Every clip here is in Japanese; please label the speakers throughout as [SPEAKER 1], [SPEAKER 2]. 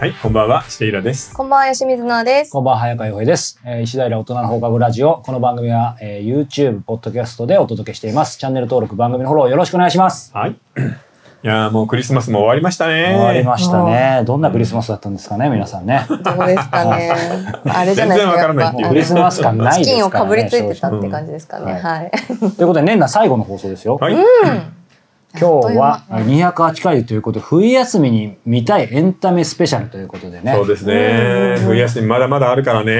[SPEAKER 1] はい、こんばんは、していらです。
[SPEAKER 2] こんばんは、吉水奈です。
[SPEAKER 3] こんばんは、早川洋平です。えー石平大人の放課後ラジオ。この番組は、えー YouTube、ポッドキャストでお届けしています。チャンネル登録、番組のフォローよろしくお願いします。
[SPEAKER 1] はい。いやーもうクリスマスも終わりましたね。
[SPEAKER 3] 終わりましたね。どんなクリスマスだったんですかね、皆さんね。
[SPEAKER 2] どうですかね。 あれじゃないで
[SPEAKER 1] 全然
[SPEAKER 2] すか。
[SPEAKER 1] わからないっていう
[SPEAKER 2] やっぱ
[SPEAKER 3] クリスマス感ない
[SPEAKER 2] チ
[SPEAKER 3] です
[SPEAKER 2] キンを
[SPEAKER 3] か
[SPEAKER 2] からぶ
[SPEAKER 3] ね。
[SPEAKER 2] りついてた
[SPEAKER 3] 正
[SPEAKER 2] って感じですかね。
[SPEAKER 3] うん
[SPEAKER 2] はい。
[SPEAKER 3] 直ということで、年内最後の放送ですよ。
[SPEAKER 1] はい。
[SPEAKER 3] 今日は
[SPEAKER 2] あっという間
[SPEAKER 3] 208回ということで、冬休みに見たいエンタメスペシャルということでね。
[SPEAKER 1] そうですね。
[SPEAKER 2] うん
[SPEAKER 1] 冬休みまだまだあるから
[SPEAKER 2] う
[SPEAKER 1] ね。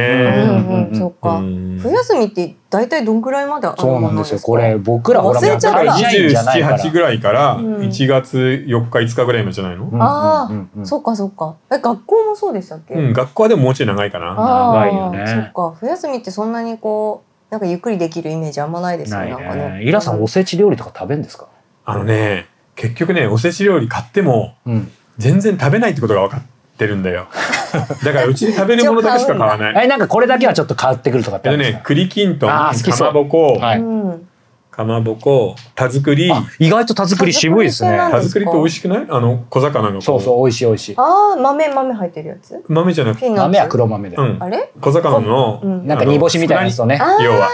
[SPEAKER 2] んうん、そっか。
[SPEAKER 1] うん
[SPEAKER 2] 冬休みって大体どんぐらいまである
[SPEAKER 3] そ
[SPEAKER 2] も
[SPEAKER 3] う
[SPEAKER 2] の
[SPEAKER 3] なん
[SPEAKER 2] なんで
[SPEAKER 3] で
[SPEAKER 2] すす
[SPEAKER 3] よ。
[SPEAKER 2] か
[SPEAKER 3] これ、僕らほら、
[SPEAKER 2] 忘れち
[SPEAKER 1] だ
[SPEAKER 2] ゃう
[SPEAKER 1] から
[SPEAKER 3] まだいないんじゃない
[SPEAKER 1] 27、
[SPEAKER 3] から
[SPEAKER 1] 8ぐらいから
[SPEAKER 2] うん
[SPEAKER 1] 1月4日、5日ぐらいまでじゃないの、
[SPEAKER 3] うん
[SPEAKER 2] あ
[SPEAKER 3] うんうんう
[SPEAKER 2] あ、
[SPEAKER 3] ん
[SPEAKER 2] そっかそっか。え、学校もそうでしたっけ
[SPEAKER 1] うん、学校はでももうちょい長いかな。
[SPEAKER 2] あ
[SPEAKER 3] 長いよ
[SPEAKER 2] あ、
[SPEAKER 3] ね
[SPEAKER 2] そっか。冬休みってそんなにこう、なんかゆっくりできるイメージあんまないですよ
[SPEAKER 3] な
[SPEAKER 2] ね。
[SPEAKER 3] い
[SPEAKER 2] なんかね
[SPEAKER 3] ね。イラさん、おせち料理とか食べんですか
[SPEAKER 1] あのね、結局ね、おせち料理買っても
[SPEAKER 3] うん。
[SPEAKER 1] 全然食べないってことが分かってるんだよ。 だからうちで食べるものだけしか買わない。
[SPEAKER 3] え、なんかこれだけはちょっと変わってくるとかっ
[SPEAKER 1] え
[SPEAKER 3] てあ
[SPEAKER 1] っと
[SPEAKER 3] るんです
[SPEAKER 1] ね
[SPEAKER 3] か、
[SPEAKER 1] 栗きんとん、
[SPEAKER 3] あー好きそう
[SPEAKER 1] かまぼこ、
[SPEAKER 3] はい
[SPEAKER 2] うん。
[SPEAKER 1] かまぼこ、田作り。
[SPEAKER 3] あ意外と田作り渋いです
[SPEAKER 2] 田作りって
[SPEAKER 3] ね
[SPEAKER 2] 何。
[SPEAKER 1] 田作りって美味しくないあの、小魚の。
[SPEAKER 3] そうそう、美味しい美味しい。
[SPEAKER 2] ああ、豆、豆入ってるやつ
[SPEAKER 1] う。豆じゃなくて
[SPEAKER 2] フィンの
[SPEAKER 3] 豆
[SPEAKER 2] や
[SPEAKER 3] は
[SPEAKER 2] つ。
[SPEAKER 3] 黒豆で
[SPEAKER 1] う。ん
[SPEAKER 2] あ、れ
[SPEAKER 1] 小魚の、
[SPEAKER 2] うん
[SPEAKER 3] なんか煮干しみたいなやつとね
[SPEAKER 2] あ。あ、
[SPEAKER 1] 要は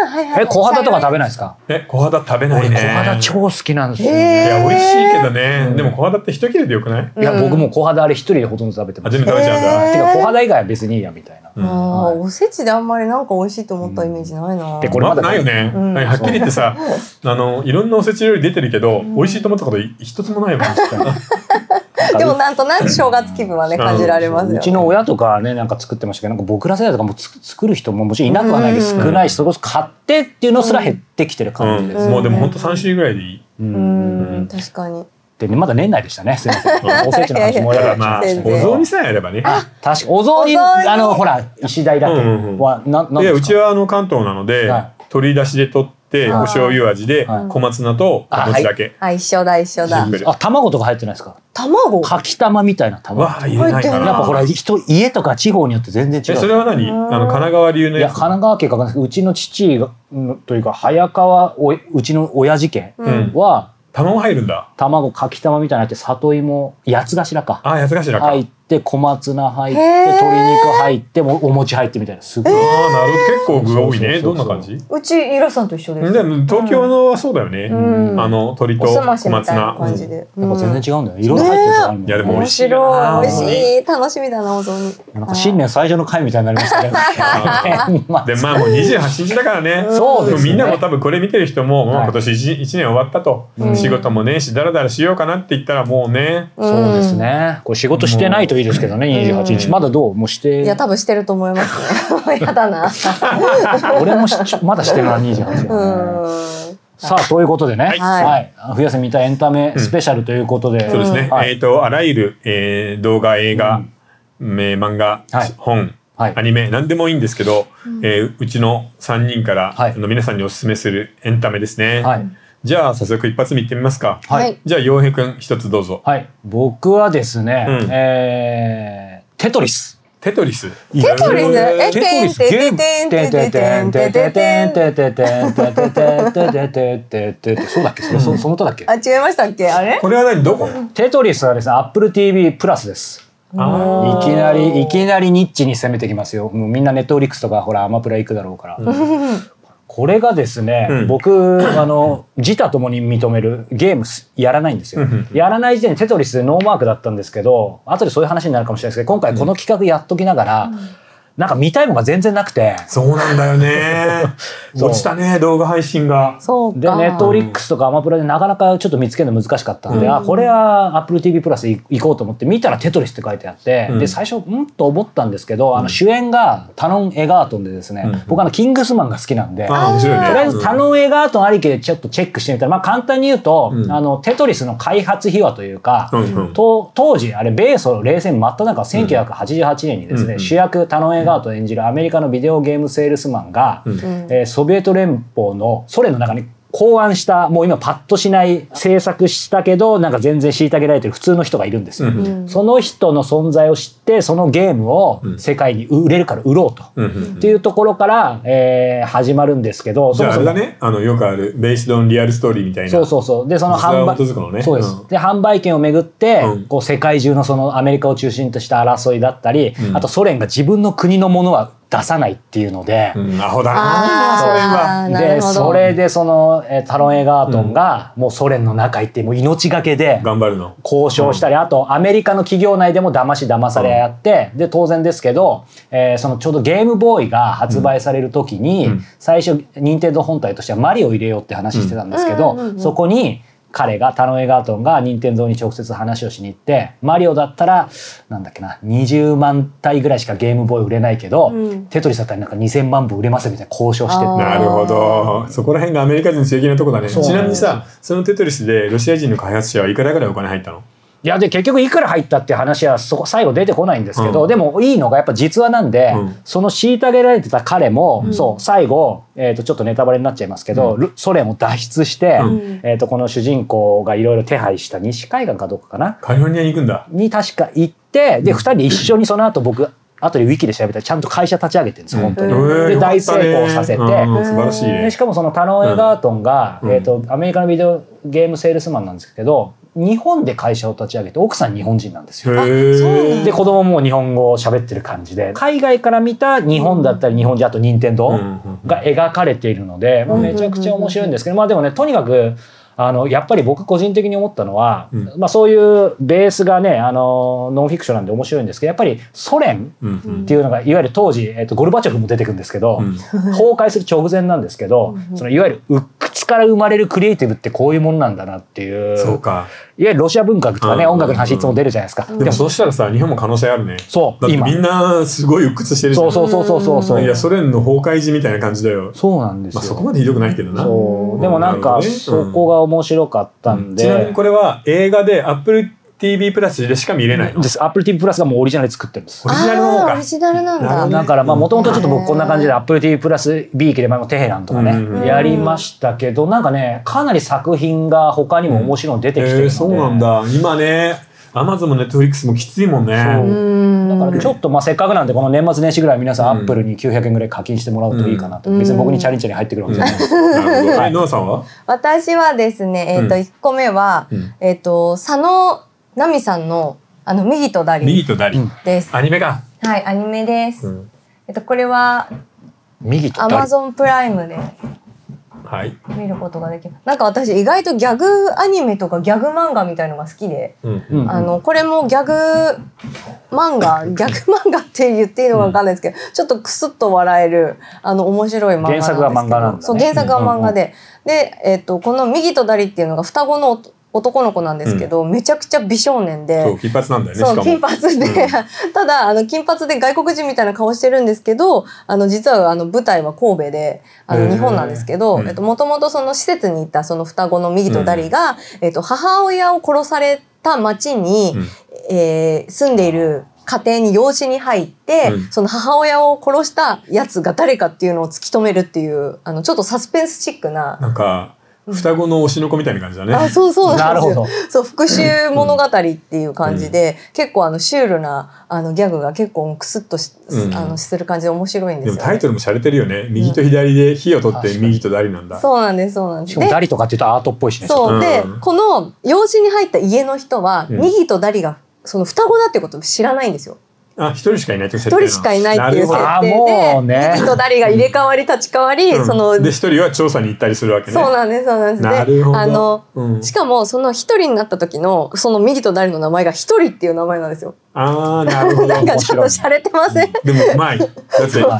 [SPEAKER 2] はいはいはい。
[SPEAKER 3] え、小肌とか食べないですか
[SPEAKER 1] え小肌食べない
[SPEAKER 3] 俺、
[SPEAKER 1] ね
[SPEAKER 3] 小肌超好きなんですよ。
[SPEAKER 2] へ
[SPEAKER 1] い
[SPEAKER 3] い
[SPEAKER 2] ー
[SPEAKER 1] や美味しいけどね、
[SPEAKER 3] うん
[SPEAKER 1] でも小肌って一切れでよくない
[SPEAKER 3] や、
[SPEAKER 2] うん
[SPEAKER 3] 僕もう小肌あれ一人でほとんど食べてます。
[SPEAKER 1] 初
[SPEAKER 3] て
[SPEAKER 1] めて食べちゃうんだ、
[SPEAKER 2] へー
[SPEAKER 3] か、小肌以外は別にいいや、みた いな。
[SPEAKER 1] うん
[SPEAKER 2] あ
[SPEAKER 3] は
[SPEAKER 2] あ、
[SPEAKER 3] い
[SPEAKER 2] おせちであんまりなんか美味しいと思ったイメージないな。
[SPEAKER 3] でこれまだ
[SPEAKER 1] ないよね、
[SPEAKER 2] うん
[SPEAKER 1] はっきり言ってさあのいろんなおせち料理出てるけど、
[SPEAKER 2] ん
[SPEAKER 1] 美味しいと思ったこと一つもないもん
[SPEAKER 2] でもなんとなく正月気分はね、
[SPEAKER 1] うん
[SPEAKER 2] 感じられますよ。
[SPEAKER 3] うちの親とかね、なんか作ってましたけど、なんか僕ら世代とかもつ作る人ももちろんいなくはないけど
[SPEAKER 2] うん
[SPEAKER 3] 少ないし、それこそ買ってっていうのすら減ってきてる感じ
[SPEAKER 1] う
[SPEAKER 3] で
[SPEAKER 1] ん
[SPEAKER 3] す。
[SPEAKER 1] もうでもほんと3種類ぐらいでいい、
[SPEAKER 3] うん
[SPEAKER 2] うん、確かに。
[SPEAKER 3] でね、まだ年内でしたね。すみませ ん。おせちの話も
[SPEAKER 1] た
[SPEAKER 3] や
[SPEAKER 1] だ
[SPEAKER 3] り
[SPEAKER 1] まあ
[SPEAKER 3] ましたけ
[SPEAKER 1] お
[SPEAKER 3] ど。
[SPEAKER 2] 全
[SPEAKER 1] 雑煮さえあればね
[SPEAKER 3] あ、確かお雑煮、
[SPEAKER 2] お雑煮
[SPEAKER 3] あの、ほら、石平だっけ
[SPEAKER 1] うんうんうん
[SPEAKER 3] は、な、なん
[SPEAKER 1] いやう
[SPEAKER 3] ですか
[SPEAKER 1] ちはあの関東なので、
[SPEAKER 3] は
[SPEAKER 1] 鶏だしで取って
[SPEAKER 2] あー
[SPEAKER 1] お醤油味で
[SPEAKER 3] はい
[SPEAKER 1] 小松菜とお餅だけ、
[SPEAKER 2] あ、一緒だ、一緒だ
[SPEAKER 1] シン。プル
[SPEAKER 3] あ、卵とか入ってないですか
[SPEAKER 2] 卵
[SPEAKER 3] かき玉みたいな卵。や
[SPEAKER 1] わあ入れないか
[SPEAKER 2] 入っ
[SPEAKER 1] な
[SPEAKER 2] てる
[SPEAKER 3] っぱほら、人、家とか地方によって全然違
[SPEAKER 1] え
[SPEAKER 3] う。
[SPEAKER 1] それは何あの神奈川流の
[SPEAKER 3] い
[SPEAKER 1] や
[SPEAKER 3] や、神
[SPEAKER 1] つ
[SPEAKER 3] 奈川県かわかんないですけどうちの父が、うんというか、早川、おい、うちの親父家
[SPEAKER 1] うん
[SPEAKER 3] は、
[SPEAKER 1] 卵入るんだ
[SPEAKER 3] 卵、かき玉みたいなの入って、里芋、八つ頭か。
[SPEAKER 1] あ八つ頭か、
[SPEAKER 3] 入って、小松菜入って、
[SPEAKER 2] へー
[SPEAKER 3] 鶏肉入って、もうお餅入ってみたいな。すごい。
[SPEAKER 1] ああなるほど結構具が多いね
[SPEAKER 3] そうそうそうそ
[SPEAKER 1] ど
[SPEAKER 3] う
[SPEAKER 1] んな感じ
[SPEAKER 2] うち、イラさんと一緒です。
[SPEAKER 1] でも東京のはそうだよね、
[SPEAKER 2] うん
[SPEAKER 1] あの鳥と
[SPEAKER 2] おすまし
[SPEAKER 1] 小
[SPEAKER 2] み
[SPEAKER 1] 松
[SPEAKER 2] たいな
[SPEAKER 1] 菜
[SPEAKER 2] 感じで。
[SPEAKER 3] やっぱ全然違うんだよ。いろいろ
[SPEAKER 2] ね
[SPEAKER 3] 入
[SPEAKER 2] え
[SPEAKER 3] ってるとかあるもん
[SPEAKER 1] いやでも
[SPEAKER 2] 面白い。美味しい。楽しみだな、お雑煮。
[SPEAKER 3] なんか新年最初の回みたいになりました ね。まあ
[SPEAKER 1] でまあもう28日だからね
[SPEAKER 3] そう
[SPEAKER 1] で
[SPEAKER 3] です
[SPEAKER 1] も
[SPEAKER 3] ね
[SPEAKER 1] みんなも多分これ見てる人ももう
[SPEAKER 3] はい
[SPEAKER 1] 今年 1, 年終わったと、
[SPEAKER 2] うん
[SPEAKER 1] 仕事もねえしだらだらしようかなって言ったらもうね
[SPEAKER 2] ん
[SPEAKER 3] そうです。ね。これ仕事してないといいですけどね、
[SPEAKER 2] うん
[SPEAKER 3] 28日。まだどうもうして
[SPEAKER 2] いや、、多分してると思いますね。やだな。
[SPEAKER 3] 俺もしまだしてるな、28日。
[SPEAKER 2] うん。
[SPEAKER 3] さあ、ということでね、
[SPEAKER 1] はい
[SPEAKER 3] はい。冬休み見たエンタメスペシャルということで、
[SPEAKER 1] そうですね、
[SPEAKER 3] は
[SPEAKER 1] え
[SPEAKER 3] い
[SPEAKER 1] っ、とあらゆる、えー動画映画、えー漫画、
[SPEAKER 3] はい
[SPEAKER 1] 本
[SPEAKER 3] はい
[SPEAKER 1] アニメ何でもいいんですけど、えーうちの3人から、
[SPEAKER 3] はい
[SPEAKER 1] あの皆さんにおすすめするエンタメですね、
[SPEAKER 3] はい。
[SPEAKER 1] じゃあ早速一発目いってみますか、
[SPEAKER 3] はい
[SPEAKER 2] はい。
[SPEAKER 1] じゃあ洋平くん一つどうぞ
[SPEAKER 3] はい。僕はですね、
[SPEAKER 1] うん
[SPEAKER 3] えーテトリス。
[SPEAKER 1] テトリス
[SPEAKER 2] テトリスえ
[SPEAKER 3] テトリスゲーム
[SPEAKER 2] てんて
[SPEAKER 3] て
[SPEAKER 2] んて
[SPEAKER 3] て
[SPEAKER 2] んて
[SPEAKER 3] て
[SPEAKER 2] ん
[SPEAKER 3] ん
[SPEAKER 2] て
[SPEAKER 3] て
[SPEAKER 2] んて
[SPEAKER 3] て
[SPEAKER 2] んて
[SPEAKER 3] て
[SPEAKER 2] ん
[SPEAKER 3] んてててんてててんてててんてててそうだっけそのそのその歌だっけ
[SPEAKER 2] あ、違いましたっけあれ
[SPEAKER 1] これは何どこ
[SPEAKER 3] テトリスはですね、Apple TV プラスです。
[SPEAKER 1] あ
[SPEAKER 3] いきなり、いきなりニッチに攻めてきますよ。もうみんなネットフリックスとか、ほら、アマプラ行くだろうから。これがですね、
[SPEAKER 1] うん
[SPEAKER 3] 僕、あの、自他ともに認めるゲームすやらないんですよ
[SPEAKER 1] うんうん。
[SPEAKER 3] やらない時点でテトリスノーマークだったんですけど、後でそういう話になるかもしれないですけど、今回この企画やっときながら、なんか見たいものが全然なくて、
[SPEAKER 1] そうなんだよね
[SPEAKER 3] そう
[SPEAKER 1] 落ちたね動画配信が
[SPEAKER 2] そうか。
[SPEAKER 3] で、ネットフリックスとかアマプラでなかなかちょっと見つけるの難しかったんで、あ、これは Apple TV プラス行こうと思って、見たらテトリスって書いてあって、
[SPEAKER 1] うん
[SPEAKER 3] で、最初、うんと思ったんですけど、あの主演がタノン・エガートンでですね、
[SPEAKER 1] うん
[SPEAKER 3] 僕あの、キングスマンが好きなんで、
[SPEAKER 1] ああ面白いね
[SPEAKER 3] とりあえずタ
[SPEAKER 1] うん
[SPEAKER 3] ノン・エガートンありきでちょっとチェックしてみたら、まあ簡単に言うと、
[SPEAKER 1] うん
[SPEAKER 3] あの、テトリスの開発秘話というか、
[SPEAKER 1] うんうん
[SPEAKER 3] と当時あれ米ソ冷戦真っ只中1988年にです
[SPEAKER 1] うん
[SPEAKER 3] ね、
[SPEAKER 1] うん
[SPEAKER 3] 主役タノン・エガートン演じるアメリカのビデオゲームセールスマンが、
[SPEAKER 1] うん
[SPEAKER 2] うん
[SPEAKER 3] えーソビエト連邦のソ連の中に考案した、もう今パッとしない、制作したけど、なんか全然虐げられてる普通の人がいるんですよ。
[SPEAKER 1] うん
[SPEAKER 2] うん
[SPEAKER 3] その人の存在を知って、そのゲームを
[SPEAKER 1] うん
[SPEAKER 3] 世界に売れるから売ろうと。
[SPEAKER 1] うんうん
[SPEAKER 3] っていうところから、えー始まるんですけど、
[SPEAKER 1] じゃああ
[SPEAKER 3] そ
[SPEAKER 1] れだ
[SPEAKER 3] もそも
[SPEAKER 1] ねあのよくあるベースドンリアルストーリーみたいな
[SPEAKER 3] そうそうそう。で、その
[SPEAKER 1] 実話
[SPEAKER 3] 販
[SPEAKER 1] を
[SPEAKER 3] 売
[SPEAKER 1] 基づくのね
[SPEAKER 3] そうです。
[SPEAKER 1] うん
[SPEAKER 3] で、販売権をめぐって、
[SPEAKER 1] うん
[SPEAKER 3] こう世界中のそのアメリカを中心とした争いだったり、
[SPEAKER 1] うん
[SPEAKER 3] あとソ連が自分の国のものは出さないっていうので、
[SPEAKER 1] うん、アホだなそれは
[SPEAKER 2] あーなる
[SPEAKER 3] で、
[SPEAKER 2] ほど
[SPEAKER 3] それでその、えータロン・エガートンが、もうソ連の中行って、もう命がけで、
[SPEAKER 1] 頑張るの
[SPEAKER 3] 交渉したり、あとアメリカの企業内でも騙し騙されやって、で当然ですけど、えーそのちょうどゲームボーイが発売される時に、
[SPEAKER 1] うん
[SPEAKER 3] 最初任天堂本体としてはマリオを入れようって話してたんですけど、
[SPEAKER 2] うんうんうんうん
[SPEAKER 3] そこに彼がタロン・エガートンが任天堂に直接話をしに行ってマリオだったらなんだっけな20万体ぐらいしかゲームボーイ売れないけど、
[SPEAKER 2] うん
[SPEAKER 3] テトリスだったらなんか2000万部売れますみたいな交渉して
[SPEAKER 2] あー
[SPEAKER 1] なるほどそこら辺がアメリカ人刺激なとこだね
[SPEAKER 3] そう
[SPEAKER 1] ちなみにさそのテトリスでロシア人の開発者はいくらぐらいお金入ったの
[SPEAKER 3] いやで結局いくら入ったって話はそこ最後出てこないんですけど、
[SPEAKER 1] うん
[SPEAKER 3] でもいいのがやっぱ実話なんで、
[SPEAKER 1] うん
[SPEAKER 3] その虐げられてた彼も、
[SPEAKER 2] うん
[SPEAKER 3] そう最後、えー、とちょっとネタバレになっちゃいますけど、ルソ連を脱出して、
[SPEAKER 1] うん
[SPEAKER 3] えー、とこの主人公がいろいろ手配した西海岸かどうかかな
[SPEAKER 1] カリフォルニアに行くんだ
[SPEAKER 3] に確か行ってで2人で一緒にその後僕後でウィキで調べたらちゃんと会社立ち上げてるんですよ本当に。
[SPEAKER 2] うん
[SPEAKER 1] えー
[SPEAKER 3] で
[SPEAKER 1] よかったね
[SPEAKER 3] 大成功させて
[SPEAKER 1] うんうん素晴らしい
[SPEAKER 3] で
[SPEAKER 1] ね
[SPEAKER 3] しかもそのタロン・エガートンが、
[SPEAKER 1] うん
[SPEAKER 3] えー、とアメリカのビデオゲームセールスマンなんですけど日本で会社を立ち上げて奥さん日本人なんですよ。
[SPEAKER 2] そう
[SPEAKER 1] へ
[SPEAKER 2] な
[SPEAKER 1] え
[SPEAKER 2] んだ
[SPEAKER 3] で子供も日本語を喋ってる感じで海外から見た日本だったり日本人あと任天堂が描かれているので、もうめちゃくちゃ面白いんですけど、まあでもねとにかくあのやっぱり僕個人的に思ったのは、
[SPEAKER 1] うん
[SPEAKER 3] まあ、そういうベースがねあのノンフィクションなんで面白いんですけどやっぱりソ連っていうのがいわゆる当時、えっとゴルバチョフも出てくるんですけど、崩壊する直前なんですけど、
[SPEAKER 2] うんうん
[SPEAKER 3] そのいわゆる鬱屈から生まれるクリエイティブってこういうものなんだなっていう
[SPEAKER 1] そうか
[SPEAKER 3] いわゆるロシア文学とかね、
[SPEAKER 1] うん
[SPEAKER 3] 音楽の話いつも出るじゃないですか。
[SPEAKER 2] うん
[SPEAKER 1] でもそうしたらさ日本も可能性あるね
[SPEAKER 3] そ
[SPEAKER 1] だっ
[SPEAKER 3] う
[SPEAKER 1] て
[SPEAKER 3] 今
[SPEAKER 1] みんなすごい鬱屈してるじゃん
[SPEAKER 3] そうそうそうそうそうそうう。
[SPEAKER 1] いやソ連の崩壊時みたいな感じだよ
[SPEAKER 3] そうなんですよ。
[SPEAKER 1] まあそこまでひどくないけどな
[SPEAKER 3] そううんでもなん
[SPEAKER 1] な
[SPEAKER 3] か
[SPEAKER 1] るほどねうん
[SPEAKER 3] そこが面白かったんで、
[SPEAKER 1] ちなみにこれは映画で Apple TV プラスでしか見れないの
[SPEAKER 3] です。Apple TV プラスがもうオリジナルで作ってるんです
[SPEAKER 1] オ。リジナルの方
[SPEAKER 2] あ
[SPEAKER 1] か
[SPEAKER 2] ーオリジナルなん
[SPEAKER 1] なるほ
[SPEAKER 2] だ
[SPEAKER 1] どね
[SPEAKER 3] だからまあもともとちょっと
[SPEAKER 2] へ
[SPEAKER 3] 僕
[SPEAKER 2] ー
[SPEAKER 3] こんな感じで Apple TV プラス B 期で前もテヘランとかね、
[SPEAKER 1] うん
[SPEAKER 3] やりましたけどなんかねかなり作品が他にも面白いの出てきてるので、
[SPEAKER 1] えーそうなんだ今ね Amazon も Netflix もきついもん
[SPEAKER 3] そう
[SPEAKER 1] ね
[SPEAKER 2] うん
[SPEAKER 3] だからちょっとまあせっかくなんでこの年末年始ぐらい皆さん
[SPEAKER 1] うん
[SPEAKER 3] Apple に900円ぐらい課金してもらうといいかなと、
[SPEAKER 2] うん
[SPEAKER 3] 別に僕にチャリンチャリン入ってくるわ
[SPEAKER 1] うん
[SPEAKER 3] けじ
[SPEAKER 1] な
[SPEAKER 3] ゃ
[SPEAKER 1] る
[SPEAKER 3] ない、
[SPEAKER 1] ほどはいノアさんは
[SPEAKER 2] 私はですねえっ、と
[SPEAKER 1] うん
[SPEAKER 2] 一個目は、
[SPEAKER 1] うん
[SPEAKER 2] えっ、と佐野奈美さんのあの右とダ
[SPEAKER 1] 右
[SPEAKER 2] リ
[SPEAKER 1] とダリ
[SPEAKER 3] うん
[SPEAKER 2] です。
[SPEAKER 1] アニメか
[SPEAKER 2] はいアニメです。
[SPEAKER 1] うん
[SPEAKER 2] えっとこれは
[SPEAKER 3] 右と
[SPEAKER 2] ア
[SPEAKER 3] 左
[SPEAKER 2] マゾンプライムで
[SPEAKER 1] はい
[SPEAKER 2] 見ることができる。なんか私意外とギャグアニメとかギャグ漫画みたいのが好きで。
[SPEAKER 1] うん
[SPEAKER 3] うんうん
[SPEAKER 2] あのこれもギャグ漫画ギャグ漫画って言っていいのか分かんないですけど、ちょっとクスッと笑えるあの面白い漫画なんですけど
[SPEAKER 3] 原作が漫画なんだね
[SPEAKER 2] そう原作が漫画で、で、えっとこの「右とダリ」っていうのが双子の男の子なんですけど、めちゃくちゃ美少年で。
[SPEAKER 1] そう金髪なんだよねし
[SPEAKER 2] そう金
[SPEAKER 1] か
[SPEAKER 2] 髪で、 ただあの金髪で外国人みたいな顔してるんですけどあの実はあの舞台は神戸であ
[SPEAKER 1] へー
[SPEAKER 2] の日本なんですけど
[SPEAKER 1] う
[SPEAKER 2] も、
[SPEAKER 1] ん
[SPEAKER 2] えっともとその施設にいたその双子の右とダリが、えっと母親を殺された町に、
[SPEAKER 1] うん
[SPEAKER 2] えー住んでいる家庭に養子に入って、
[SPEAKER 1] うん
[SPEAKER 2] その母親を殺したやつが誰かっていうのを突き止めるっていうあのちょっとサスペンスチックな
[SPEAKER 1] もなんか双子の推しの子みたいな感じだね
[SPEAKER 2] あそうそうな
[SPEAKER 3] な
[SPEAKER 2] んで
[SPEAKER 3] る
[SPEAKER 2] す
[SPEAKER 3] ほ
[SPEAKER 2] よ
[SPEAKER 3] ど。
[SPEAKER 2] そう復讐物語っていう感じで、結構あのシュールなあのギャグが結構クスッとし、
[SPEAKER 1] うん
[SPEAKER 2] あのする感じで面白いんで
[SPEAKER 1] ですも
[SPEAKER 2] よ、ね。
[SPEAKER 1] タイトルも洒落てるよね右と左で火を取っ
[SPEAKER 3] 確
[SPEAKER 1] て
[SPEAKER 3] かに
[SPEAKER 1] 右とダリなんだ
[SPEAKER 2] そうなんですそうなんで
[SPEAKER 3] し
[SPEAKER 2] す。
[SPEAKER 3] かも
[SPEAKER 2] で
[SPEAKER 3] ダリとかっていうとアートっぽいしね。
[SPEAKER 2] そう、
[SPEAKER 1] うん
[SPEAKER 2] でこの養子に入った家の人は、
[SPEAKER 1] うん
[SPEAKER 2] ミギとダリがその双子だってことを知らないんですよ。
[SPEAKER 1] あ一人しかいないっていう設
[SPEAKER 2] 一
[SPEAKER 1] 定な
[SPEAKER 2] 人しかいないっていう設
[SPEAKER 1] なる
[SPEAKER 3] あーも
[SPEAKER 2] 定
[SPEAKER 3] う
[SPEAKER 2] で、
[SPEAKER 3] ね
[SPEAKER 2] ミギとダリが入れ替わり立ち替わり、
[SPEAKER 1] ほど
[SPEAKER 2] その
[SPEAKER 1] うんで一人は調査に行ったりするわけね
[SPEAKER 2] そうなんですそうなんです。
[SPEAKER 1] な
[SPEAKER 2] で
[SPEAKER 1] るほど
[SPEAKER 2] あの
[SPEAKER 1] うん
[SPEAKER 2] しかもその一人になった時のそのミギとダリの名前が一人っていう名前なんですよ。
[SPEAKER 1] ああなるほど
[SPEAKER 2] なんかちょっと洒落てません。
[SPEAKER 1] でもうまいだって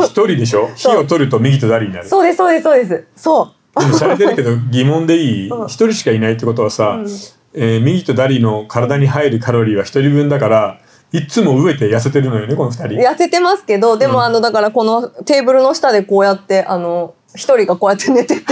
[SPEAKER 1] 一人でしょ火
[SPEAKER 2] そう
[SPEAKER 1] を取ると右とダリになる
[SPEAKER 2] そうですそうですそうです。そう。
[SPEAKER 1] でもしゃれてるけど疑問でいい
[SPEAKER 2] うん
[SPEAKER 1] 一人しかいないってことはさ、
[SPEAKER 2] うん
[SPEAKER 1] えー右とダリの体に入るカロリーは一人分だからいつも飢えて痩せてるのよねこの二人
[SPEAKER 2] 痩せてますけどでも、
[SPEAKER 1] うん
[SPEAKER 2] あのだからこのテーブルの下でこうやってあの一人がこうやって 寝てて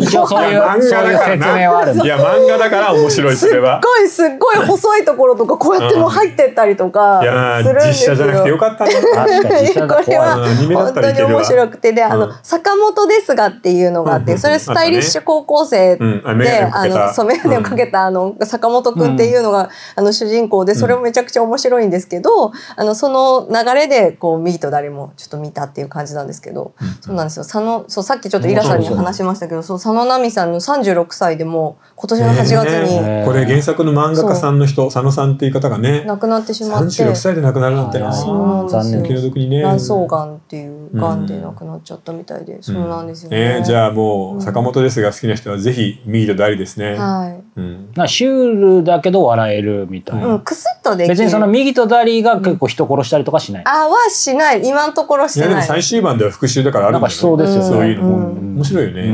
[SPEAKER 3] 一応そうい
[SPEAKER 1] いや漫
[SPEAKER 3] う
[SPEAKER 1] 画
[SPEAKER 3] そうい
[SPEAKER 1] だから
[SPEAKER 3] う説
[SPEAKER 1] な
[SPEAKER 3] 明はあるんだ
[SPEAKER 1] いや漫画だから面白いそ
[SPEAKER 2] すっ
[SPEAKER 1] れは。
[SPEAKER 2] ごいすっごい細いところとかこうやってもう入ってったりとか
[SPEAKER 1] いや
[SPEAKER 2] するん
[SPEAKER 1] ー
[SPEAKER 2] で
[SPEAKER 1] 実
[SPEAKER 2] す
[SPEAKER 1] 写
[SPEAKER 2] よ。
[SPEAKER 1] じゃなく てよかったな。
[SPEAKER 3] 確かに実際だ
[SPEAKER 2] これは
[SPEAKER 1] うんアニメだ
[SPEAKER 2] 本
[SPEAKER 1] った
[SPEAKER 2] 当
[SPEAKER 1] らい
[SPEAKER 2] に
[SPEAKER 1] けるわ
[SPEAKER 2] 面白くてであの、
[SPEAKER 1] うん
[SPEAKER 2] 坂本ですがっていうのがあっ
[SPEAKER 1] うんうんう
[SPEAKER 2] て
[SPEAKER 1] ん
[SPEAKER 2] それスタイリッシュ高校生
[SPEAKER 1] う
[SPEAKER 2] で、
[SPEAKER 1] んあ眼鏡をかけた
[SPEAKER 2] あのそう眼鏡をかけたあの坂本くんっていうのが、あの主人公でそれもめちゃくちゃ面白いんですけど、あのその流れでこうミート誰もちょっと見たっていう感じなんですけど、そうなんですよ佐野そうさっきちょっとイラさんに話しましたけどそう佐野奈美さんの36歳でもう今年の8月に
[SPEAKER 1] ねこれ原作の漫画家さんの人佐野さんっていう方がね
[SPEAKER 2] 亡くなってしまっ
[SPEAKER 1] 36
[SPEAKER 2] て。
[SPEAKER 1] 歳で亡くなるなんてな。
[SPEAKER 2] そうなんですよ
[SPEAKER 3] 残念
[SPEAKER 1] 気の毒にね。
[SPEAKER 2] 卵巣がんっていうがんで亡くなっちゃったみたいで、そうなんですよね。
[SPEAKER 1] えーじゃあ
[SPEAKER 2] う
[SPEAKER 1] も
[SPEAKER 2] ん
[SPEAKER 1] う坂本ですが好きな人はぜひミートダリですね。
[SPEAKER 2] は
[SPEAKER 1] う
[SPEAKER 2] い。
[SPEAKER 1] ん。
[SPEAKER 3] なんかシュールだけど笑えるみたいな、
[SPEAKER 2] うん、くすっとできる。
[SPEAKER 3] 別にその右と左が結構人殺したりとかしない、
[SPEAKER 2] あはしない。今のところし
[SPEAKER 1] いや
[SPEAKER 2] て
[SPEAKER 1] でも
[SPEAKER 2] ない。
[SPEAKER 1] 最終版では復讐だからある
[SPEAKER 3] な
[SPEAKER 1] ん
[SPEAKER 3] ん
[SPEAKER 1] だ
[SPEAKER 3] かしそう
[SPEAKER 1] よね。
[SPEAKER 3] ですよね、
[SPEAKER 1] そういうの
[SPEAKER 2] も
[SPEAKER 3] ん
[SPEAKER 1] 面白いよね。
[SPEAKER 2] はい
[SPEAKER 1] う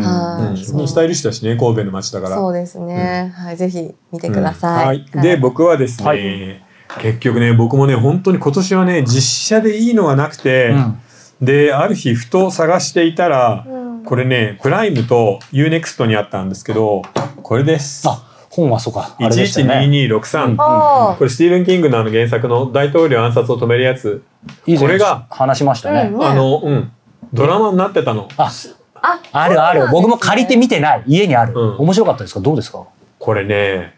[SPEAKER 1] ん
[SPEAKER 2] そう
[SPEAKER 1] スタイリッシュだしね神戸の街だから。
[SPEAKER 2] そうですね。はい、ぜひ見てくだ
[SPEAKER 1] うん
[SPEAKER 2] さ。
[SPEAKER 1] はいい、で僕はですね、
[SPEAKER 3] は
[SPEAKER 1] 結局ね僕もね本当に今年はね実写でいいのがなくて、
[SPEAKER 3] うん
[SPEAKER 1] である日ふと探していたら、
[SPEAKER 2] うん
[SPEAKER 1] これねプライムと UNEXT にあったんですけどこれです。
[SPEAKER 3] あ本はそうかあれでしたよね
[SPEAKER 1] 112263、
[SPEAKER 3] うん
[SPEAKER 2] あ
[SPEAKER 1] これスティーブン・キングのあの原作の大統領暗殺を止めるやつ、
[SPEAKER 3] 以前
[SPEAKER 1] これが
[SPEAKER 3] 話しましたね、
[SPEAKER 2] うん
[SPEAKER 1] あのうんドラマになってたの
[SPEAKER 3] あ
[SPEAKER 2] あ、
[SPEAKER 3] あるある、僕も借りて見てない家にある、
[SPEAKER 1] うん
[SPEAKER 3] 面白かったですかどうですか
[SPEAKER 1] これね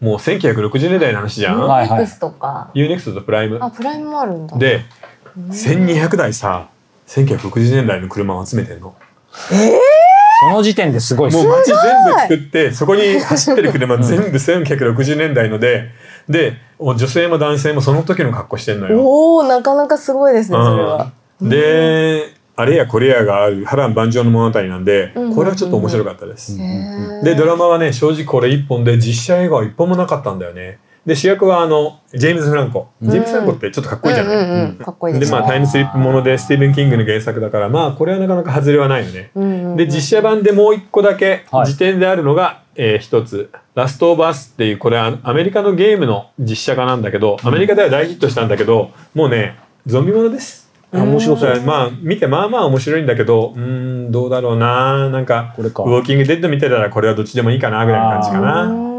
[SPEAKER 1] もう1960年代の話じゃん、
[SPEAKER 3] は
[SPEAKER 2] はいい
[SPEAKER 3] はい
[SPEAKER 2] はい。X とか。
[SPEAKER 1] UNEXT とプライム
[SPEAKER 2] あ、プライムもあるんだ。
[SPEAKER 1] で
[SPEAKER 2] うん、
[SPEAKER 1] 1200台さ1960年代の車を集めてんの
[SPEAKER 3] その時点ですごいっす
[SPEAKER 1] もう街全部作ってそこに走ってる車全部1960年代のででもう女性も男性もその時の格好してんのよ。
[SPEAKER 2] おお、なかなかすごいですね。それは。
[SPEAKER 1] うんであれやこれやがある波乱万丈の物語なんで
[SPEAKER 2] うん
[SPEAKER 1] これはちょっと面白かったです。
[SPEAKER 3] うん
[SPEAKER 2] へー
[SPEAKER 1] でドラマはね正直これ一本で実写映画は一本もなかったんだよね。で主役はあのジェームズ・フランコ。ジェームズ・フランコってちょっとかっこいいじゃない、
[SPEAKER 2] うんうんうんかっこいいで。
[SPEAKER 1] ですまあタイムスリップものでスティーブン・キングの原作だからまあこれはなかなか外れはないよね。
[SPEAKER 2] うんうん
[SPEAKER 1] で実写版でもう一個だけ
[SPEAKER 3] はい
[SPEAKER 1] 時点であるのが、えー一つ「ラストオブアス」っていうこれはアメリカのゲームの実写化なんだけどアメリカでは大ヒットしたんだけどもうねゾンビものです。
[SPEAKER 3] あ面白そう
[SPEAKER 1] だからまあ見てまあまあ面白いんだけどうーんどうだろうななんか
[SPEAKER 3] これか
[SPEAKER 1] ウォーキングデッド見てたらこれはどっちでもいいかなぐらいの感じかな。
[SPEAKER 2] うん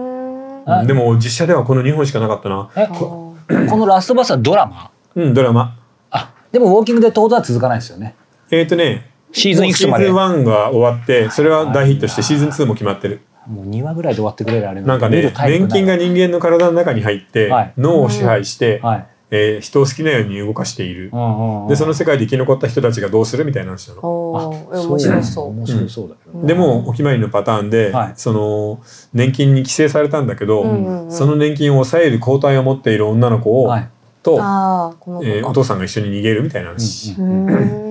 [SPEAKER 3] あー
[SPEAKER 1] うんでも実写ではこの2本しかなかったな。
[SPEAKER 3] えこ
[SPEAKER 2] こ
[SPEAKER 3] この「ラストバス」はドラマ
[SPEAKER 1] うんドラマ。
[SPEAKER 3] あでも「ウォーキングデッド」ほどは続かないですよね
[SPEAKER 1] えっ、ー、とね
[SPEAKER 3] シーズンいくつまで
[SPEAKER 1] シーズン
[SPEAKER 3] も
[SPEAKER 1] 1が終わってそれは大ヒットしてシーズン2も決まってる。
[SPEAKER 3] う2話ぐらいで終わってくれるあれ
[SPEAKER 1] なんかね、錬
[SPEAKER 3] 年
[SPEAKER 1] 金が人間の体の中に入って、
[SPEAKER 3] はい
[SPEAKER 1] 脳を支配して、
[SPEAKER 3] はい、
[SPEAKER 1] えー人を好きなように動かしている
[SPEAKER 3] う、んうんうん、
[SPEAKER 1] でその世界で生き残った人たちがどうするみたいな話な
[SPEAKER 2] お
[SPEAKER 1] の、
[SPEAKER 2] おー、面白そう。
[SPEAKER 3] 面白そうだけど、
[SPEAKER 2] うん
[SPEAKER 1] でもお決まりのパターンで、
[SPEAKER 3] はい
[SPEAKER 1] その年金に寄生されたんだけど、
[SPEAKER 2] うんうんうん
[SPEAKER 1] その年金を抑える抗体を持っている女の子を、
[SPEAKER 3] はい、
[SPEAKER 1] と、
[SPEAKER 2] ああ、この子
[SPEAKER 1] えーお
[SPEAKER 2] か。
[SPEAKER 1] 父さんが一緒に逃げるみたいな話、
[SPEAKER 2] うーん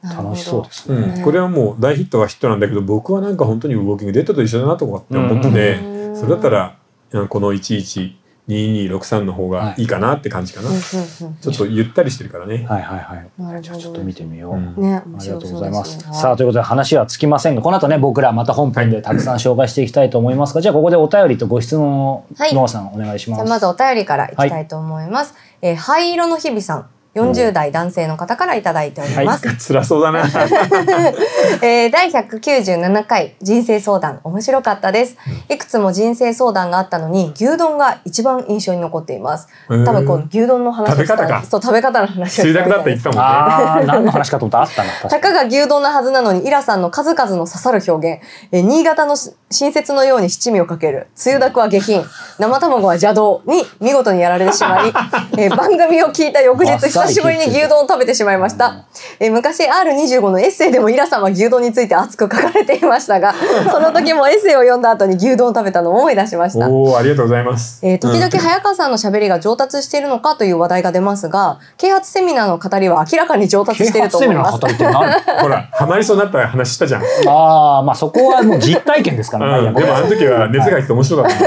[SPEAKER 3] 楽しそうです
[SPEAKER 1] う
[SPEAKER 3] ね、
[SPEAKER 1] ん
[SPEAKER 2] うん
[SPEAKER 1] これはもう大ヒットはヒットなんだけど僕はなんか本当にウォーキングデッドと一緒だなとかって思ってて、
[SPEAKER 2] うん
[SPEAKER 1] それだったらうんこの112263の方がいいかなって感じかな。
[SPEAKER 2] ち
[SPEAKER 1] ちょっとゆったりしてるからね。
[SPEAKER 3] はいはいはい
[SPEAKER 2] なるほど
[SPEAKER 3] じゃあちょっと見てみよう、
[SPEAKER 1] うん
[SPEAKER 2] ね、
[SPEAKER 3] あ
[SPEAKER 2] 面
[SPEAKER 3] りが
[SPEAKER 2] 白
[SPEAKER 3] とう
[SPEAKER 2] そ
[SPEAKER 3] ご
[SPEAKER 2] う
[SPEAKER 3] ざい
[SPEAKER 2] で
[SPEAKER 3] ます。
[SPEAKER 2] すね。
[SPEAKER 3] さあということで話は尽きませんがこの後ね僕らまた本編でたくさん紹介していきたいと思いますがじゃあここでお便りとご質問を
[SPEAKER 2] はい
[SPEAKER 3] 野間さんお願いします。
[SPEAKER 2] じゃあまずお便りからいきたいと思います。えー灰色の日々さん。40代男性の方からいただいております。
[SPEAKER 1] 辛そうだな。
[SPEAKER 2] えー第197回人生相談面白かったです。いくつも人生相談があったのに牛丼が一番印象に残っています。
[SPEAKER 1] うん
[SPEAKER 2] 多分こう牛丼の話をした
[SPEAKER 1] 食べ方か
[SPEAKER 2] そう食べ方の話を
[SPEAKER 1] 集
[SPEAKER 2] した
[SPEAKER 1] 落
[SPEAKER 2] み
[SPEAKER 1] だ
[SPEAKER 2] た
[SPEAKER 1] っ
[SPEAKER 2] い
[SPEAKER 1] て
[SPEAKER 2] で
[SPEAKER 1] 言っ
[SPEAKER 2] す
[SPEAKER 1] て。たもんね。
[SPEAKER 3] ああ何の話かと思ったらあったな確
[SPEAKER 2] た
[SPEAKER 3] か
[SPEAKER 2] かが牛丼なはずなのにイラさんの数々の刺さる表現、えー新潟のし新雪のように七味をかけるつゆだくは下品生卵は邪道に見事にやられてし まい、えー番組を聞いた翌日
[SPEAKER 3] バッサリ
[SPEAKER 2] 久しぶりに牛丼を食べてしまいました、えー昔 R25 のエッセイでもイラさんは牛丼について熱く書かれていま したがその時もエッセイを読んだ後に牛丼を食べたのを思い出しました
[SPEAKER 1] おお、ありがとうございます。
[SPEAKER 2] えー時々
[SPEAKER 1] うん
[SPEAKER 2] 早川さんの喋りが上達しているのかという話題が出ますが啓発セミナーの語りは明らかに上 達
[SPEAKER 3] に。
[SPEAKER 2] して
[SPEAKER 3] 啓
[SPEAKER 2] いると思
[SPEAKER 3] 発セ
[SPEAKER 2] い
[SPEAKER 3] ミナー
[SPEAKER 2] ま
[SPEAKER 3] の
[SPEAKER 2] す
[SPEAKER 3] 方って 何
[SPEAKER 1] ほら、ハマりそうになった話したじゃん。う
[SPEAKER 3] ああまあそこはもう実体験ですからね。や
[SPEAKER 1] ん、
[SPEAKER 3] っぱ
[SPEAKER 1] でもあの時は熱が入って面白かった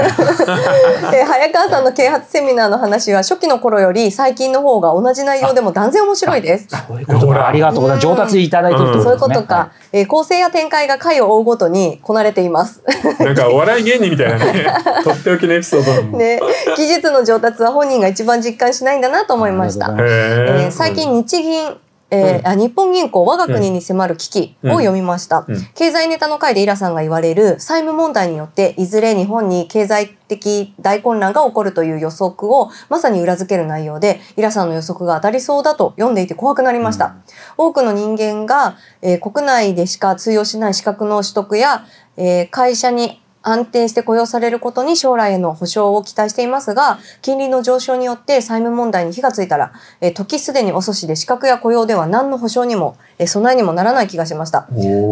[SPEAKER 1] ね。
[SPEAKER 2] で早川さんの啓発セミナーの話は初期の頃より最近の方が同じ内容でも断然面白いです。
[SPEAKER 3] そういうことかありがとうございます。上達いただいてるってことですね。
[SPEAKER 2] そういうことか、えー構成や展開が回を追うごとにこなれています。
[SPEAKER 1] なんかお笑い芸人みたいな ね、とっておきのエピソード。
[SPEAKER 2] ね、技術の上達は本人が一番実感しないんだなと思いまし
[SPEAKER 3] ありがとうございます
[SPEAKER 2] た。
[SPEAKER 1] へえ
[SPEAKER 2] えー最近日銀えー
[SPEAKER 1] うん
[SPEAKER 2] あ日本銀行我が国に迫る危機を読みました、
[SPEAKER 1] うんうん
[SPEAKER 2] 経済ネタの回でイラさんが言われる債務問題によっていずれ日本に経済的大混乱が起こるという予測をまさに裏付ける内容でイラさんの予測が当たりそうだと読んでいて怖くなりました、多くの人間が、えー国内でしか通用しない資格の取得や、えー会社に安定して雇用されることに将来への保障を期待していますが、金利の上昇によって債務問題に火がついたら、えー時すでに遅しで資格や雇用では何の保障にも、えー備えにもならない気がしました。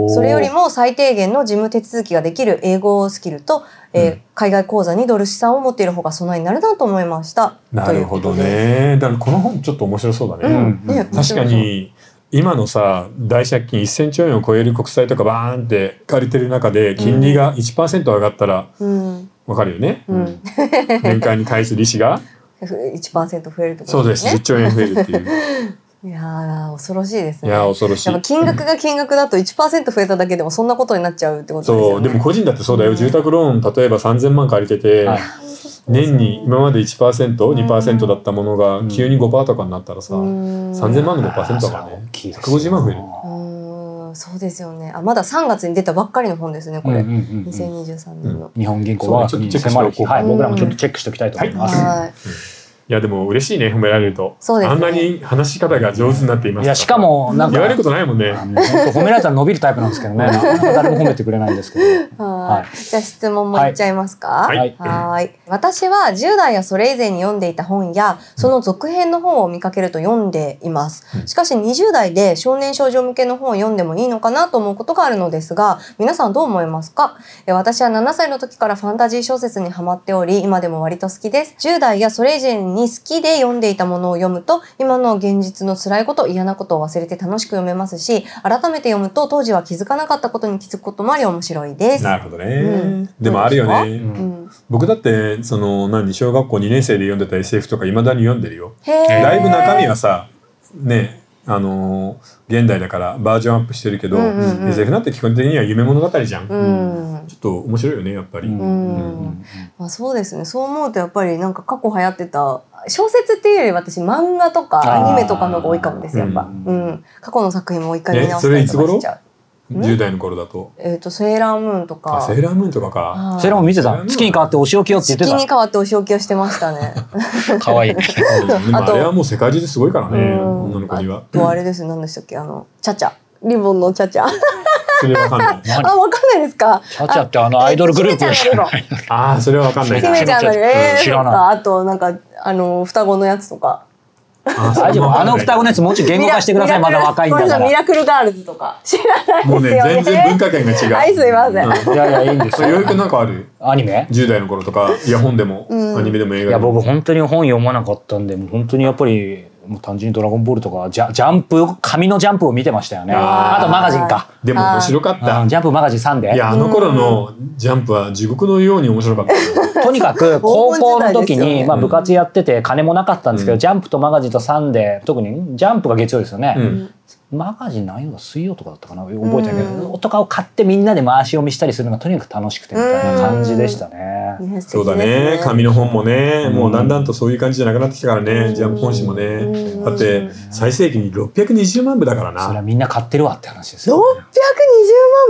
[SPEAKER 2] それよりも最低限の事務手続きができる英語スキルと、えー
[SPEAKER 1] うん
[SPEAKER 2] 海外口座にドル資産を持っている方が備えになるなと思いました。
[SPEAKER 1] なるほど
[SPEAKER 2] という
[SPEAKER 1] ねだからこの本ちょっと面白そうだ
[SPEAKER 2] ことで。
[SPEAKER 1] ね、
[SPEAKER 2] うん、ね
[SPEAKER 1] 確か。に今のさ大借金1,000兆円を超える国債とかバーンって借りてる中で金利が1%上がったら
[SPEAKER 2] うん。
[SPEAKER 1] わかるよね、
[SPEAKER 2] うん。
[SPEAKER 1] 年間に返す利子 が
[SPEAKER 2] 1%増えるってこと
[SPEAKER 1] そうです
[SPEAKER 2] ね
[SPEAKER 1] 10兆円増えるって いう
[SPEAKER 2] いやー恐ろしいです
[SPEAKER 1] い
[SPEAKER 2] ね。
[SPEAKER 1] やー恐ろし
[SPEAKER 2] でも
[SPEAKER 1] い
[SPEAKER 2] 金額が金額だと1%増えただけでもそんなことになっちゃうってことです
[SPEAKER 1] そ
[SPEAKER 2] よ
[SPEAKER 1] う
[SPEAKER 2] ね。
[SPEAKER 1] でも個人だってそうだよ、
[SPEAKER 2] うん
[SPEAKER 1] 住宅ローン例えば3,000万借りてて、
[SPEAKER 3] はい
[SPEAKER 1] 年に今まで 1%2% だったものが
[SPEAKER 3] うん
[SPEAKER 1] 急に5%とかになったらさ、
[SPEAKER 2] うん
[SPEAKER 1] 3,000万の5%
[SPEAKER 3] あー
[SPEAKER 1] だ
[SPEAKER 3] そ
[SPEAKER 1] か
[SPEAKER 3] れ
[SPEAKER 1] ら
[SPEAKER 3] は大
[SPEAKER 1] ね
[SPEAKER 3] きいですね
[SPEAKER 1] 150万増える
[SPEAKER 2] うんそうですよね。あまだ3月に出たばっかりの本ですねこれ。
[SPEAKER 3] うんうんうんうん
[SPEAKER 2] 2023年の。
[SPEAKER 3] 日本銀行は国に迫る危
[SPEAKER 1] そ
[SPEAKER 3] 機
[SPEAKER 1] うね
[SPEAKER 3] はい、僕らも
[SPEAKER 2] ち
[SPEAKER 3] ち
[SPEAKER 2] ょ
[SPEAKER 3] ょ
[SPEAKER 2] っと
[SPEAKER 3] っとチェックしておきたいと思います。
[SPEAKER 2] はい
[SPEAKER 1] やでも嬉しいね褒められると
[SPEAKER 2] そうですね
[SPEAKER 1] あんなに話し方が上手になっています
[SPEAKER 3] いやしかもなんか
[SPEAKER 1] 言われることないもんね
[SPEAKER 3] あの本当褒められたら伸びるタイプなんですけど ね。なかなか誰も褒めてくれないんですけ
[SPEAKER 2] い。
[SPEAKER 3] ど。
[SPEAKER 2] は。
[SPEAKER 3] はい
[SPEAKER 2] じゃあ質問もいっちゃいますか。
[SPEAKER 1] はい
[SPEAKER 3] はい
[SPEAKER 2] はい。私は10代やそれ以前に読んでいた本や、その続編の本を見かけると読んでいます。しかし20代で少年少女向けの本を読んでもいいのかなと思うことがあるのですが、皆さんどう思いますかえ私は7歳の時からファンタジー小説にハマっており、今でも割と好きです。10代やそれ以前に好きで読んでいたものを読むと、今の現実の辛いこと、嫌なことを忘れて楽しく読めますし、改めて読むと当時は気づかなかったことに気づくこともあり面白いです。
[SPEAKER 1] なるほどね、
[SPEAKER 2] うん
[SPEAKER 1] でもあるよね、
[SPEAKER 3] うん
[SPEAKER 2] うん、
[SPEAKER 1] 僕だってその何小学校2年生で読んでた SF とかいまだに読んでるよ
[SPEAKER 2] へー
[SPEAKER 1] だいぶ中身はさねあのー現代だからバージョンアップしてるけど、
[SPEAKER 2] うんうんうん
[SPEAKER 1] SF なんて基本的には夢物語じゃん、
[SPEAKER 2] う
[SPEAKER 1] ちょ
[SPEAKER 2] ん
[SPEAKER 1] っと面白いよねやっぱり、
[SPEAKER 3] うん
[SPEAKER 2] うんまあ、そうですねそう思うとやっぱりなんか過去流行ってた小説っていうより私漫画とか
[SPEAKER 3] あー
[SPEAKER 2] アニメとかの方が多いかもですやっぱ、う
[SPEAKER 1] うん
[SPEAKER 3] ん
[SPEAKER 2] 過去の作品もう一回見直したりとかしちゃううん
[SPEAKER 1] 10代の頃だと
[SPEAKER 2] えっ、と「セーラームーン」と
[SPEAKER 1] あ
[SPEAKER 2] か
[SPEAKER 1] セーラームーンとかか
[SPEAKER 2] はい
[SPEAKER 3] それも見てた。月に変わってお仕置きをって言
[SPEAKER 2] 月に
[SPEAKER 3] って
[SPEAKER 2] 変わってお仕置きをしてました ね
[SPEAKER 3] た。可愛いい。
[SPEAKER 1] うんでも
[SPEAKER 2] あと
[SPEAKER 1] あれはもう世界中ですごいからね
[SPEAKER 2] うん
[SPEAKER 1] 女の子には
[SPEAKER 2] とあれですよ何でしたっけあの「チャチャ」リボンのチャチャ
[SPEAKER 1] それはわかん ない
[SPEAKER 2] あわかんないですか
[SPEAKER 3] チャチャってあのアイドルグループ
[SPEAKER 2] あえっと姫ちゃんのリボン
[SPEAKER 1] ああそれはわかんない
[SPEAKER 2] 姫
[SPEAKER 1] な
[SPEAKER 2] ちゃんのリボン
[SPEAKER 3] うん
[SPEAKER 2] えー
[SPEAKER 3] 知らな
[SPEAKER 2] と
[SPEAKER 3] い
[SPEAKER 2] かあとなんかあの双子のやつとか
[SPEAKER 1] あーそ
[SPEAKER 3] 大
[SPEAKER 1] れ
[SPEAKER 3] 丈
[SPEAKER 1] はわかんない
[SPEAKER 3] 夫。あの双子のやつもうちょい言語化してください。
[SPEAKER 2] ミラ
[SPEAKER 3] ま
[SPEAKER 2] クル
[SPEAKER 3] だ若いんだ
[SPEAKER 2] ご
[SPEAKER 3] か
[SPEAKER 2] めんな
[SPEAKER 3] ら。
[SPEAKER 2] さいミラクルガールズとか知らないです
[SPEAKER 1] も
[SPEAKER 2] よ
[SPEAKER 1] うね
[SPEAKER 2] ね
[SPEAKER 1] 全然文化圏が違う
[SPEAKER 2] はいすいません
[SPEAKER 1] う
[SPEAKER 3] いやいやいいんです
[SPEAKER 1] そう
[SPEAKER 3] よ。
[SPEAKER 1] ようやくなんかある
[SPEAKER 3] アニメ？
[SPEAKER 1] 10代の頃とかいや本でも、
[SPEAKER 2] うん
[SPEAKER 1] アニメでも映
[SPEAKER 3] い
[SPEAKER 1] 画で
[SPEAKER 3] や
[SPEAKER 1] も
[SPEAKER 3] 僕本当に本読まなかったんで、もう本当にやっぱりもう単純にドラゴンボールとかジャジャンプ紙のジャンプを見てましたよね。
[SPEAKER 1] あ
[SPEAKER 3] あ
[SPEAKER 1] ー
[SPEAKER 3] とマガジンか。
[SPEAKER 1] でも面白かっ
[SPEAKER 3] うん
[SPEAKER 1] た
[SPEAKER 3] ジャンプマガジン3で
[SPEAKER 1] い。やあの頃のジャンプは地獄のように面白かった よ
[SPEAKER 3] とに かく高校の時
[SPEAKER 2] 黄金時代ですよね
[SPEAKER 3] に、まあ、部活やってて金もなかったんですけど、
[SPEAKER 1] うん
[SPEAKER 3] ジャンプとマガジンとサンデー特にジャンプが月曜ですよね、
[SPEAKER 1] うん
[SPEAKER 3] マガジン何曜だ水曜とかだったかな覚えてないけど、
[SPEAKER 2] う
[SPEAKER 3] とかを買ってみんなで回し読みしたりするのがとにかく楽しくてみたいな感じでしたね。
[SPEAKER 2] ね
[SPEAKER 1] そうだね紙の本もね、
[SPEAKER 3] うん
[SPEAKER 1] もうだんだんとそういう感じじゃなくなってきたからね、
[SPEAKER 2] うん
[SPEAKER 1] ジャンプ本誌もね、
[SPEAKER 2] うん
[SPEAKER 1] だって最盛期に620万部だから
[SPEAKER 3] それは
[SPEAKER 1] な
[SPEAKER 3] みんな買ってるわって話ですよ、ね。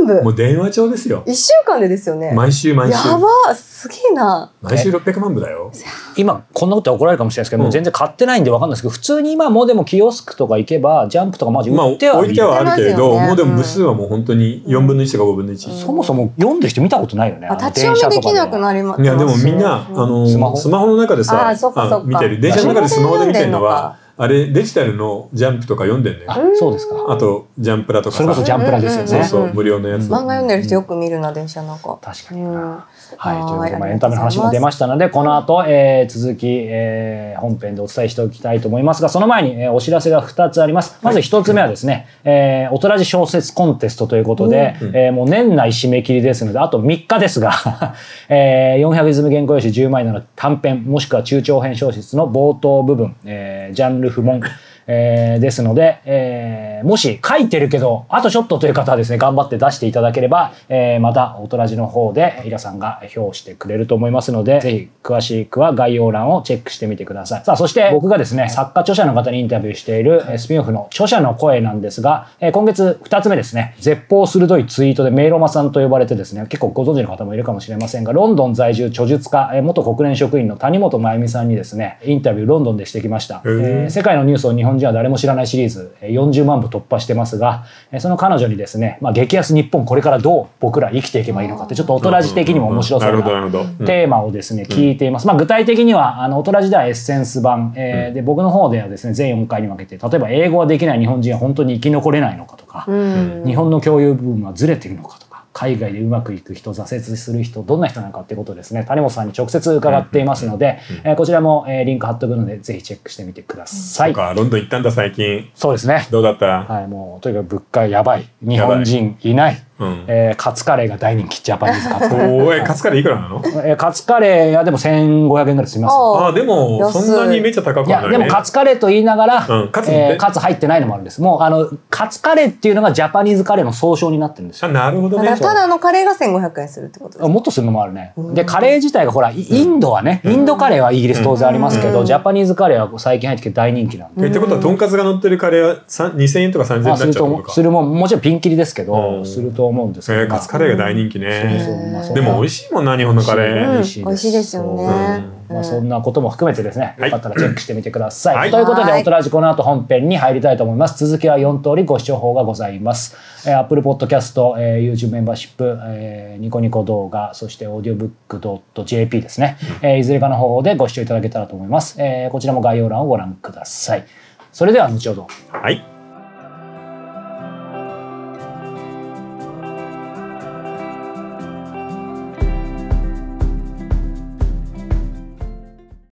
[SPEAKER 2] 620万
[SPEAKER 1] も
[SPEAKER 2] 部
[SPEAKER 1] う電話帳ですよ
[SPEAKER 2] 一週間でですよね
[SPEAKER 1] 毎週毎週
[SPEAKER 2] やばすげえな
[SPEAKER 1] 毎週600万部だよ
[SPEAKER 3] 今こんなことは怒られるかもしれないですけ
[SPEAKER 1] うん
[SPEAKER 3] ど、もう全然買ってないんでわかんないですけど普通に今もでもキオスクとか行けばジャンプとかマガジン
[SPEAKER 1] まあ
[SPEAKER 3] 売ってはい
[SPEAKER 1] 置い
[SPEAKER 3] る
[SPEAKER 1] てはあるけれど、
[SPEAKER 2] 売ってますよね
[SPEAKER 1] もうでも部数はもう本当に4分の1とか5分の
[SPEAKER 2] うん
[SPEAKER 1] 1、
[SPEAKER 3] そもそも読んでる人見たことないよね。
[SPEAKER 2] あ
[SPEAKER 3] あの
[SPEAKER 2] 立ち読みできなくなります
[SPEAKER 1] いやでもみんな、あの
[SPEAKER 3] スマホ
[SPEAKER 1] の中でさ
[SPEAKER 2] あーそっかそっか
[SPEAKER 1] 見てる電車の中でスマホで見てるのはあれデジタルのジャンプとか読んでんね
[SPEAKER 3] あ
[SPEAKER 1] あ
[SPEAKER 3] そうですか。
[SPEAKER 1] あとジャンプラとか
[SPEAKER 3] それこそジャンプラですよね。
[SPEAKER 1] そうそう
[SPEAKER 2] うん
[SPEAKER 1] 無料のやつ、
[SPEAKER 2] 漫画読んでる人よく見るな電車なんか
[SPEAKER 3] 確
[SPEAKER 2] う
[SPEAKER 3] かに。
[SPEAKER 2] んは
[SPEAKER 3] はい、ということで、まあ
[SPEAKER 2] い
[SPEAKER 3] エンタメの話も出ましたので、この後、えー続き、えー本編でお伝えしておきたいと思いますが、その前に、えーお知らせが2つあります。まず1つ目はですね、えー、おとらじ小説コンテストということで、えーもう年内締め切りですので、あと3日ですが、 えー400泉原稿用紙10枚なら短編、もしくは中長編小説の冒頭部分、えージャンル不問、 えーですので、えーもし書いてるけど、あとちょっとという方はですね、頑張って出していただければ、えーまた、オトラジの方で、イラさんが評してくれると思いますので、ぜひ、詳しくは概要欄をチェックしてみてください。さあ、そして僕がですね、作家著者の方にインタビューしている、えースピンオフの著者の声なんですが、えー今月2つ目ですね、絶法鋭いツイートでメイロマさんと呼ばれてですね、結構ご存知の方もいるかもしれませんが、ロンドン在住著述家、えー元国連職員の谷本真由美さんにですね、インタビューロンドンでしてきました。
[SPEAKER 1] へー
[SPEAKER 3] えー世界のニュースを日本人は誰も知らないシリーズえー40万部突破してますがえーその彼女にですね、まあ、激安日本これからどう僕ら生きていけばいいのかってちょっと大人じ的にも面白そう
[SPEAKER 1] なる
[SPEAKER 3] な
[SPEAKER 1] ほどなるほど、うん
[SPEAKER 3] テーマをですね、聞いています。まあ、具体的には、あの、大人時代はエッセンス版、えーで、僕の方ではですね、全4回に分けて、例えば英語はできない日本人は本当に生き残れないのかとか、
[SPEAKER 2] うん
[SPEAKER 3] 日本の共有部分はずれているのかとか、海外でうまくいく人、挫折する人、どんな人なのかってことをですね、谷本さんに直接伺っていますので、えーこちらも、えーリンク貼っとくので、ぜひチェックしてみてください。
[SPEAKER 1] そっかロンドン行ったんだ最近
[SPEAKER 3] そうですね。
[SPEAKER 1] どうだった、
[SPEAKER 3] はい、もう、とにかく物価やばい。日本人いない。
[SPEAKER 1] うん
[SPEAKER 3] えーカツカレーが大人気、ジャパニーズカツカレー。
[SPEAKER 1] おーえカツカレーいくらなの
[SPEAKER 3] えーカツカレーはでも1500円ぐらいすみますよ。
[SPEAKER 1] あーでも
[SPEAKER 2] 安い
[SPEAKER 1] そんなにめっちゃ高く
[SPEAKER 3] い
[SPEAKER 1] はな
[SPEAKER 3] や、
[SPEAKER 1] いね
[SPEAKER 3] でもカツカレーと言いながら、
[SPEAKER 1] うんカツ
[SPEAKER 3] えーカツ入ってないのもあるんです。もう、あの、カツカレーっていうのがジャパニーズカレーの総称になってるんです
[SPEAKER 1] あ
[SPEAKER 3] よ。
[SPEAKER 1] なるほど
[SPEAKER 2] た
[SPEAKER 1] ね
[SPEAKER 2] だただあのカレーが1500円するってことです
[SPEAKER 3] もっとするのもあるね。
[SPEAKER 2] うん
[SPEAKER 3] で、カレー自体がほら、イインドはね、インドカレーはイギリス当然ありますけど、
[SPEAKER 2] うん
[SPEAKER 3] ジャパニーズカレーは最近入ってきて大人気なんで。
[SPEAKER 1] えってことはとんかつが乗ってるカレーはさん2000円とか3000円に
[SPEAKER 3] ま
[SPEAKER 1] な
[SPEAKER 3] あ、
[SPEAKER 1] っ
[SPEAKER 3] す
[SPEAKER 1] ちゃうっ
[SPEAKER 3] る
[SPEAKER 1] て
[SPEAKER 3] と
[SPEAKER 1] こ
[SPEAKER 3] 思
[SPEAKER 1] と
[SPEAKER 3] う、
[SPEAKER 1] か
[SPEAKER 3] するもん、もちろんピンキリですけ
[SPEAKER 1] う
[SPEAKER 3] ど、
[SPEAKER 1] ん
[SPEAKER 3] すると思うんですけ
[SPEAKER 1] え
[SPEAKER 3] ど。
[SPEAKER 1] ーカツカレーが大人気ね
[SPEAKER 3] そううまそう
[SPEAKER 1] でも美味しいもんな日本のカレー、
[SPEAKER 2] うん美味しいですよね
[SPEAKER 3] そうま
[SPEAKER 2] う
[SPEAKER 3] あ、
[SPEAKER 2] ん
[SPEAKER 3] そんなことも含めてですね、
[SPEAKER 1] はい
[SPEAKER 3] よかったらチェックしてみてください。
[SPEAKER 1] はい
[SPEAKER 3] ということで、
[SPEAKER 2] はい
[SPEAKER 3] オトラジこの後本編に入りたいと思います。続きは4通りご視聴法がございます。えー Apple Podcast、えー YouTube メンバーシップ、えーニコニコ動画、そして audiobook.jp ですね、えーいずれかの方法でご視聴いただけたらと思います。えーこちらも概要欄をご覧ください。それでは後ほど。
[SPEAKER 1] はい